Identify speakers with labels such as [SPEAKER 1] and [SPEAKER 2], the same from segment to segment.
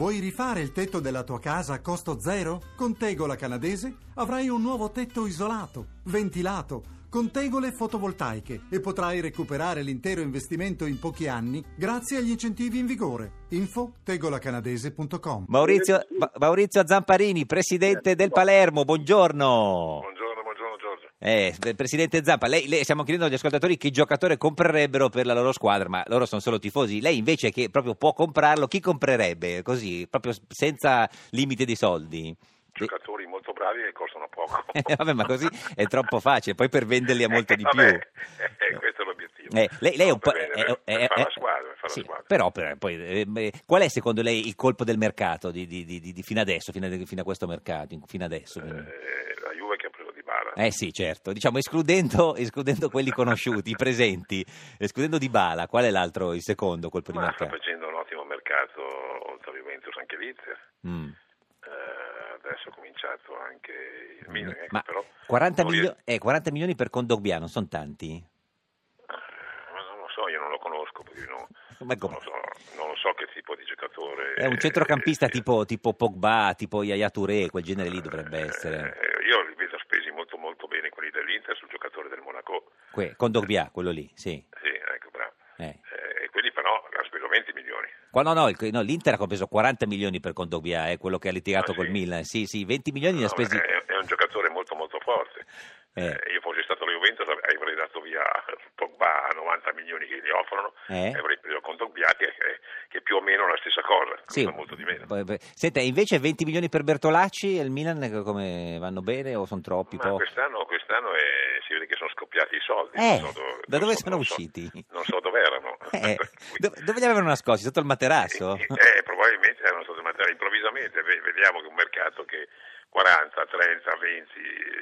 [SPEAKER 1] Vuoi rifare il tetto della tua casa a costo zero? Con Tegola Canadese avrai un nuovo tetto isolato, ventilato, con tegole fotovoltaiche e potrai recuperare l'intero investimento in pochi anni grazie agli incentivi in vigore. Info tegolacanadese.com
[SPEAKER 2] Maurizio, Ma- Maurizio Zamparini, presidente del Palermo, buongiorno.
[SPEAKER 3] Buongiorno, buongiorno Giorgio.
[SPEAKER 2] Eh, presidente Zampa, lei, lei- stiamo chiedendo agli ascoltatori che giocatore comprerebbero per la loro squadra, ma loro sono solo tifosi. Lei invece che proprio può comprarlo, chi comprerebbe così, proprio s- senza limite di soldi?
[SPEAKER 3] Giocatori molto bravi che costano poco.
[SPEAKER 2] Eh, vabbè, ma così è troppo facile, poi per venderli a molto
[SPEAKER 3] Eh,
[SPEAKER 2] di
[SPEAKER 3] vabbè,
[SPEAKER 2] più.
[SPEAKER 3] eh, questo è l'obiettivo.
[SPEAKER 2] Eh, lei, lei è
[SPEAKER 3] No,
[SPEAKER 2] un po'.
[SPEAKER 3] per
[SPEAKER 2] eh,
[SPEAKER 3] bene,
[SPEAKER 2] eh,
[SPEAKER 3] per
[SPEAKER 2] eh,
[SPEAKER 3] fare la
[SPEAKER 2] eh,
[SPEAKER 3] squadra, per fare la
[SPEAKER 2] sì,
[SPEAKER 3] squadra.
[SPEAKER 2] Però, per- poi, eh, beh, qual è secondo lei il colpo del mercato di, di- di- di- di fino adesso, fino a, fino a questo mercato, in- fino adesso? quindi?
[SPEAKER 3] Eh, la Juve che ha preso Di Bara.
[SPEAKER 2] Eh sì, certo, diciamo escludendo, escludendo quelli conosciuti, i presenti, escludendo Di Bala, qual è l'altro, il secondo colpo ecco, di
[SPEAKER 3] Ma sta
[SPEAKER 2] mercato?
[SPEAKER 3] facendo un ottimo mercato oltre a Juventus anche l'Inter.
[SPEAKER 2] Mm.
[SPEAKER 3] Eh, adesso è cominciato anche il Milan, eh,
[SPEAKER 2] Mm, Ma
[SPEAKER 3] che però
[SPEAKER 2] 40,
[SPEAKER 3] non
[SPEAKER 2] milio-
[SPEAKER 3] ries-
[SPEAKER 2] eh, 40 milioni per Condogbia non sono tanti?
[SPEAKER 3] eh, Ma non lo so, io non lo conosco, quindi no-
[SPEAKER 2] Ma
[SPEAKER 3] non,
[SPEAKER 2] come?
[SPEAKER 3] lo so, non lo so che tipo di giocatore...
[SPEAKER 2] È un centrocampista
[SPEAKER 3] eh,
[SPEAKER 2] tipo, tipo Pogba, tipo Yaya Touré, quel genere lì dovrebbe
[SPEAKER 3] eh,
[SPEAKER 2] essere.
[SPEAKER 3] eh, io li vedo spesi molto molto bene quelli dell'Inter sul giocatore del Monaco.
[SPEAKER 2] Que- Condogbia, quello lì, sì.
[SPEAKER 3] Sì, ecco, bravo.
[SPEAKER 2] Eh.
[SPEAKER 3] Eh, e quelli però hanno speso 20 milioni.
[SPEAKER 2] Qua- no, no, il- no, l'Inter ha compreso 40 milioni per Condogbia, è quello che ha litigato
[SPEAKER 3] Ah,
[SPEAKER 2] col
[SPEAKER 3] sì?
[SPEAKER 2] Milan. Sì, sì, 20 milioni li ha
[SPEAKER 3] No,
[SPEAKER 2] spesi.
[SPEAKER 3] è, è un giocatore molto molto forte.
[SPEAKER 2] Eh.
[SPEAKER 3] Eh, io fossi stato la Juventus av- avrei dato via Pogba a 90 milioni che gli offrono
[SPEAKER 2] Eh.
[SPEAKER 3] e avrei preso con Pogba che, che- che è più o meno la stessa cosa,
[SPEAKER 2] Sì.
[SPEAKER 3] costa molto di meno.
[SPEAKER 2] Poi- poi- Senta, invece 20 milioni per Bertolacci e il Milan eh, come vanno bene o sono troppi?
[SPEAKER 3] Ma
[SPEAKER 2] pochi?
[SPEAKER 3] quest'anno, quest'anno è- si vede che sono scoppiati i soldi.
[SPEAKER 2] Eh,
[SPEAKER 3] non so dove-
[SPEAKER 2] da
[SPEAKER 3] non
[SPEAKER 2] dove
[SPEAKER 3] so-
[SPEAKER 2] sono
[SPEAKER 3] non so-
[SPEAKER 2] usciti?
[SPEAKER 3] non so dove erano.
[SPEAKER 2] Eh, do- dove li avevano nascosti? Sotto il materasso?
[SPEAKER 3] Eh, eh, probabilmente erano state mandate improvvisamente, ve- vediamo che un mercato che 40, 30, 20...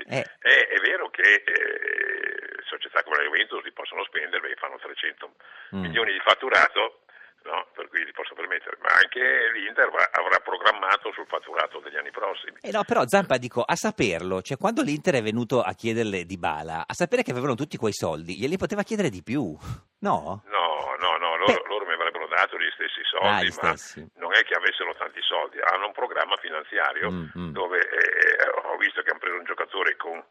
[SPEAKER 2] Eh.
[SPEAKER 3] Eh, è vero che eh, società come la Juventus li possono spendere perché fanno 300
[SPEAKER 2] Mm.
[SPEAKER 3] milioni di fatturato, no? per cui li possono permettere, ma anche l'Inter avrà- avrà programmato sul fatturato degli anni prossimi.
[SPEAKER 2] Eh no, però Zampa dico, a saperlo, cioè quando l'Inter è venuto a chiederle di Bala, a sapere che avevano tutti quei soldi, glieli poteva chiedere di più, no?
[SPEAKER 3] No, no, no, loro,
[SPEAKER 2] Beh.
[SPEAKER 3] loro mi avrebbero dato gli stessi soldi,
[SPEAKER 2] Ah, gli
[SPEAKER 3] ma
[SPEAKER 2] stessi.
[SPEAKER 3] non è che avessero tanti soldi, hanno un programma finanziario
[SPEAKER 2] Mm, mm.
[SPEAKER 3] dove eh, ho visto che hanno preso un giocatore con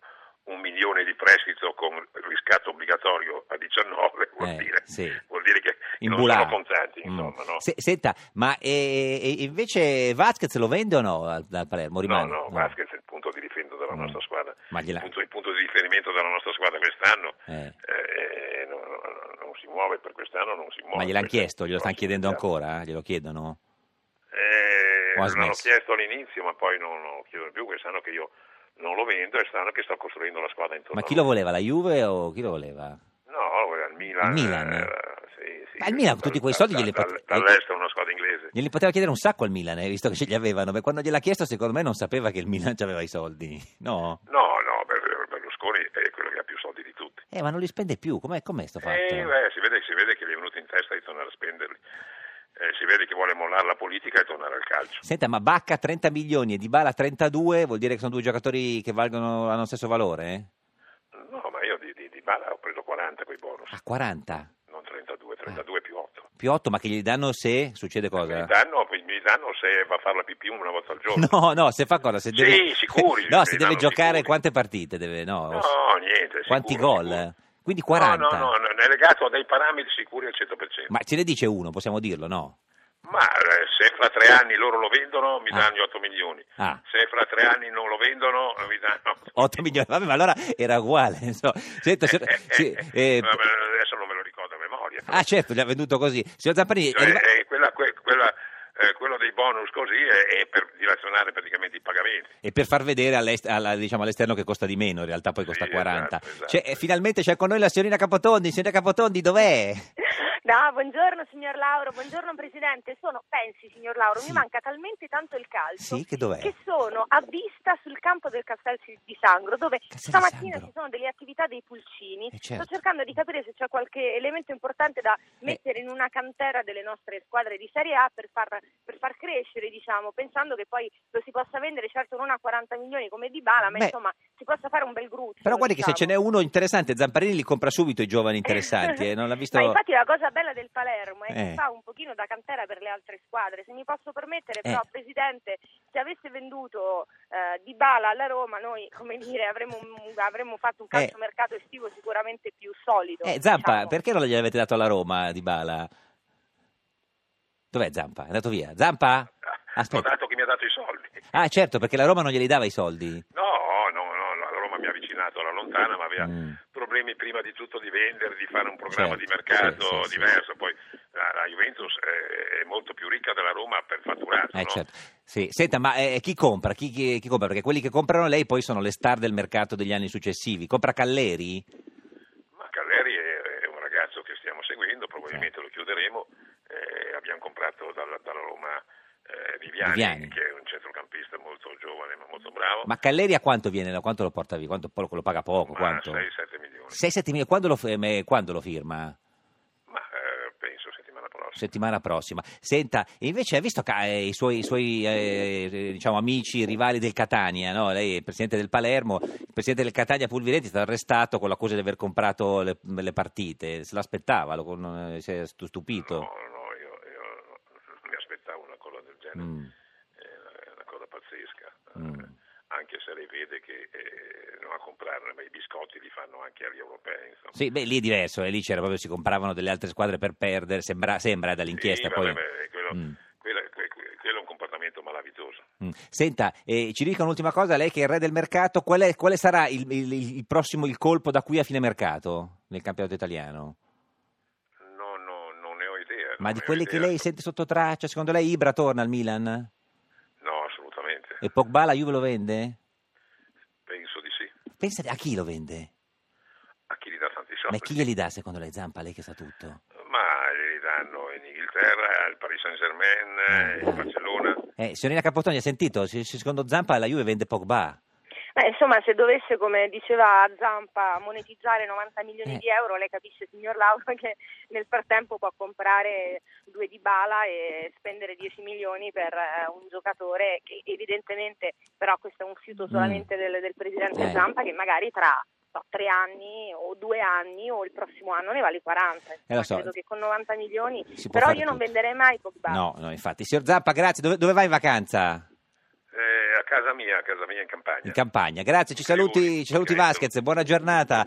[SPEAKER 3] un milione di prestito con riscatto obbligatorio a 19, vuol,
[SPEAKER 2] Eh,
[SPEAKER 3] dire,
[SPEAKER 2] sì.
[SPEAKER 3] vuol dire che
[SPEAKER 2] In
[SPEAKER 3] non
[SPEAKER 2] Bulà.
[SPEAKER 3] sono contanti,
[SPEAKER 2] Mm.
[SPEAKER 3] insomma, no?
[SPEAKER 2] Se- senta, ma eh, eh, invece Vasquez lo vende o no al, al Palermo?
[SPEAKER 3] No,
[SPEAKER 2] Rimane?
[SPEAKER 3] no, Vasquez è il punto di riferimento della
[SPEAKER 2] Mm.
[SPEAKER 3] nostra squadra.
[SPEAKER 2] Ma
[SPEAKER 3] Il
[SPEAKER 2] gliela...
[SPEAKER 3] punto, il punto di riferimento della nostra squadra quest'anno
[SPEAKER 2] eh,
[SPEAKER 3] eh, non, non- non si muove per quest'anno, non si muove.
[SPEAKER 2] Ma gliel'hanno
[SPEAKER 3] Questo-
[SPEAKER 2] chiesto, glielo
[SPEAKER 3] no,
[SPEAKER 2] stanno
[SPEAKER 3] sì,
[SPEAKER 2] chiedendo
[SPEAKER 3] chiaro.
[SPEAKER 2] ancora, eh? glielo chiedono?
[SPEAKER 3] Eh,
[SPEAKER 2] O ha
[SPEAKER 3] l'hanno
[SPEAKER 2] smesso?
[SPEAKER 3] chiesto all'inizio, ma poi non lo chiedono più, perché sanno che io non lo vendo e sanno che sto costruendo la squadra intorno
[SPEAKER 2] Ma
[SPEAKER 3] a
[SPEAKER 2] chi
[SPEAKER 3] lui.
[SPEAKER 2] lo voleva, la Juve o chi lo voleva?
[SPEAKER 3] No, al Milan.
[SPEAKER 2] Al Milan, eh?
[SPEAKER 3] eh, sì, sì.
[SPEAKER 2] Ma al Milan tutti quei soldi glieli pot-
[SPEAKER 3] dal- Dall'estero una squadra inglese.
[SPEAKER 2] Glieli poteva chiedere un sacco al Milan, eh, visto che ce li avevano. Beh, quando gliel'ha chiesto, secondo me non sapeva che il Milan aveva i soldi, no?
[SPEAKER 3] No, no, Ber- Berlusconi è quello che ha più soldi di tutti.
[SPEAKER 2] Eh, ma non li spende più, com'è, com'è sto fatto?
[SPEAKER 3] Eh, beh, si, vede, si vede che gli è venuto in testa di tornare a spenderli. Eh, si vede che vuole mollare la politica e tornare al calcio.
[SPEAKER 2] Senta, ma Bacca 30 milioni e Dybala 32, vuol dire che sono due giocatori che valgono, hanno lo stesso valore? eh?
[SPEAKER 3] No, ma io di, di, di Bala ho preso 40 quei bonus,
[SPEAKER 2] Ah, 40?
[SPEAKER 3] non 32, 32 più 8.
[SPEAKER 2] Più 8, ma che gli danno se succede
[SPEAKER 3] Mi
[SPEAKER 2] cosa?
[SPEAKER 3] danno, mi danno se va a fare la pipì una volta al giorno.
[SPEAKER 2] No, no, se fa cosa? Se
[SPEAKER 3] Sì,
[SPEAKER 2] deve...
[SPEAKER 3] sicuri,
[SPEAKER 2] No,
[SPEAKER 3] gli
[SPEAKER 2] se
[SPEAKER 3] danno
[SPEAKER 2] deve giocare
[SPEAKER 3] sicuri.
[SPEAKER 2] quante partite deve... No,
[SPEAKER 3] No, niente.
[SPEAKER 2] quanti
[SPEAKER 3] sicuro,
[SPEAKER 2] gol?
[SPEAKER 3] sicuro.
[SPEAKER 2] Quindi 40.
[SPEAKER 3] No, no, no, non è legato a dei parametri sicuri al 100%.
[SPEAKER 2] Ma
[SPEAKER 3] Ma,
[SPEAKER 2] ce ne dice uno, possiamo dirlo, no?
[SPEAKER 3] eh, se fra tre anni loro lo vendono, mi
[SPEAKER 2] Ah.
[SPEAKER 3] danno gli 8 milioni.
[SPEAKER 2] Ah.
[SPEAKER 3] Se fra tre anni non lo vendono, eh, mi danno...
[SPEAKER 2] 8 milioni, vabbè, ma allora era uguale. non so. Senta,
[SPEAKER 3] Eh,
[SPEAKER 2] signor-
[SPEAKER 3] eh,
[SPEAKER 2] sì,
[SPEAKER 3] eh,
[SPEAKER 2] eh,
[SPEAKER 3] vabbè, adesso non me lo ricordo a memoria.
[SPEAKER 2] ah, certo, gli ha venduto così. Signor Zamparini, è
[SPEAKER 3] Cioè,
[SPEAKER 2] arriva-
[SPEAKER 3] eh, quella- que- quella, eh, quello dei bonus così è, è per dilazionare praticamente i pagamenti.
[SPEAKER 2] e per far vedere all'est- alla- diciamo, all'esterno che costa di meno, in realtà poi costa
[SPEAKER 3] Sì,
[SPEAKER 2] 40.
[SPEAKER 3] esatto, esatto.
[SPEAKER 2] Cioè, eh, finalmente c'è con noi la signorina Capotondi. Signorina Capotondi, dov'è?
[SPEAKER 4] No, buongiorno signor Lauro, buongiorno Presidente. Sono, pensi signor Lauro,
[SPEAKER 2] Sì.
[SPEAKER 4] mi manca talmente tanto il calcio
[SPEAKER 2] Sì, che dov'è?
[SPEAKER 4] che sono a vista sul campo del Castel di Sangro, dove
[SPEAKER 2] Castel di
[SPEAKER 4] stamattina
[SPEAKER 2] Sangro.
[SPEAKER 4] ci sono delle attività dei pulcini.
[SPEAKER 2] Eh, certo. Eh.
[SPEAKER 4] Sto cercando di capire se c'è qualche elemento importante da mettere in una cantera delle nostre squadre di Serie A per far, per far crescere, diciamo, pensando che poi lo si possa vendere certo non a 40 milioni come di Bala, ma
[SPEAKER 2] Beh.
[SPEAKER 4] insomma si possa fare un bel gruppo.
[SPEAKER 2] Però guardi che se ce
[SPEAKER 4] diciamo.
[SPEAKER 2] n'è uno interessante, Zamparini li compra subito i giovani interessanti. eh, non l'ha visto...
[SPEAKER 4] Ma infatti la cosa bella del Palermo è che
[SPEAKER 2] Eh.
[SPEAKER 4] fa un pochino da cantera per le altre squadre. Se mi posso permettere, però,
[SPEAKER 2] Eh.
[SPEAKER 4] Presidente, se avesse venduto eh, Di Bala alla Roma, noi, come dire, avremmo, un- avremmo fatto un calciomercato estivo sicuramente più solido.
[SPEAKER 2] Eh, Zampa,
[SPEAKER 4] diciamo.
[SPEAKER 2] perché non gliel'avete dato alla Roma di Bala? Dov'è Zampa? È andato via. Zampa?
[SPEAKER 3] Ho
[SPEAKER 2] Ah, Aspetta.
[SPEAKER 3] dato che mi ha dato i soldi.
[SPEAKER 2] Ah, certo, perché la Roma non glieli dava i soldi.
[SPEAKER 3] No, no, no, la Roma mi ha avvicinato alla lontana, ma aveva
[SPEAKER 2] Mm.
[SPEAKER 3] problemi prima di tutto di vendere, di fare un programma
[SPEAKER 2] Certo,
[SPEAKER 3] di mercato
[SPEAKER 2] sì, sì, sì.
[SPEAKER 3] diverso. Poi la, la Juventus è, è molto più ricca della Roma per fatturato.
[SPEAKER 2] Eh,
[SPEAKER 3] no?
[SPEAKER 2] certo. Sì. Senta, ma eh, chi compra? Chi, chi- chi compra? Perché quelli che comprano lei poi sono le star del mercato degli anni successivi. Compra Calleri?
[SPEAKER 3] Ma Calleri è, è un ragazzo che stiamo seguendo, probabilmente lo chiuderemo. eh, abbiamo comprato dalla, dalla Roma eh, Viviani,
[SPEAKER 2] Viviani.
[SPEAKER 3] che è un centrocampista molto giovane ma molto bravo.
[SPEAKER 2] Ma Calleri a quanto viene? A quanto lo porta via? Quanto lo paga poco? Quanto?
[SPEAKER 3] 6-7 milioni.
[SPEAKER 2] 6-7 mila. Quando lo, f- eh, quando lo firma?
[SPEAKER 3] Ma eh, penso settimana prossima.
[SPEAKER 2] settimana prossima. Senta, invece ha visto ca- eh, i suoi, i suoi, eh, diciamo, amici, rivali del Catania, no? Lei è il presidente del Palermo, il presidente del Catania Pulvirenti è stato arrestato con l'accusa di aver comprato le, le partite, se l'aspettava, lo, con- eh, si è stu- stupito.
[SPEAKER 3] No, no, io, io non mi aspettavo una cosa del genere.
[SPEAKER 2] Mm.
[SPEAKER 3] È una cosa pazzesca.
[SPEAKER 2] Mm.
[SPEAKER 3] Eh, Anche se lei vede che eh, non a comprarne, ma i biscotti li fanno anche agli europei. Insomma.
[SPEAKER 2] Sì, beh, lì è diverso, eh, lì c'era proprio, si compravano delle altre squadre per perdere, sembra, sembra dall'inchiesta
[SPEAKER 3] Sì,
[SPEAKER 2] poi...
[SPEAKER 3] vabbè, beh, quello,
[SPEAKER 2] Mm.
[SPEAKER 3] quella- que- que- quello è un comportamento malavitoso.
[SPEAKER 2] Mm. Senta, eh, ci dica un'ultima cosa, lei che è il re del mercato, qual è- quale sarà il, il- il prossimo il colpo da qui a fine mercato nel campionato italiano?
[SPEAKER 3] No, no, non ne ho idea.
[SPEAKER 2] Ma
[SPEAKER 3] non
[SPEAKER 2] di
[SPEAKER 3] ne ho
[SPEAKER 2] quelli che
[SPEAKER 3] idea.
[SPEAKER 2] lei sente sotto traccia, secondo lei Ibra torna al Milan?
[SPEAKER 3] No, assolutamente.
[SPEAKER 2] E Pogba la Juve lo vende?
[SPEAKER 3] Penso di sì.
[SPEAKER 2] Pensate, a chi lo vende?
[SPEAKER 3] A chi gli dà tanti
[SPEAKER 2] Ma
[SPEAKER 3] soldi?
[SPEAKER 2] chi glieli dà secondo lei Zampa, lei che sa tutto?
[SPEAKER 3] Ma li danno in Inghilterra, al Paris Saint Germain, in Barcellona.
[SPEAKER 2] Eh, signorina Capotoni, ha sentito? Se- se Secondo Zampa la Juve vende Pogba.
[SPEAKER 4] Beh, Eh, insomma, se dovesse, come diceva Zampa, monetizzare 90 milioni
[SPEAKER 2] Eh.
[SPEAKER 4] di euro, lei capisce, signor Lauro, che nel frattempo può comprare due di bala e spendere 10 milioni per eh, un giocatore che evidentemente, però questo è un fiuto solamente del, del presidente
[SPEAKER 2] Mm. Eh.
[SPEAKER 4] Zampa, che magari tra so, tre anni o due anni o il prossimo anno ne vale 40.
[SPEAKER 2] Eh, lo so.
[SPEAKER 4] Credo che con 90 milioni...
[SPEAKER 2] Si può
[SPEAKER 4] Però
[SPEAKER 2] fare
[SPEAKER 4] io non
[SPEAKER 2] tutto.
[SPEAKER 4] venderei mai Pogba.
[SPEAKER 2] No, no, infatti. Signor Zampa, grazie. Dove, dove vai in vacanza?
[SPEAKER 3] Eh, a casa mia, a casa mia in campagna.
[SPEAKER 2] In campagna. Grazie, ci saluti, ci saluti Vasquez, buona giornata.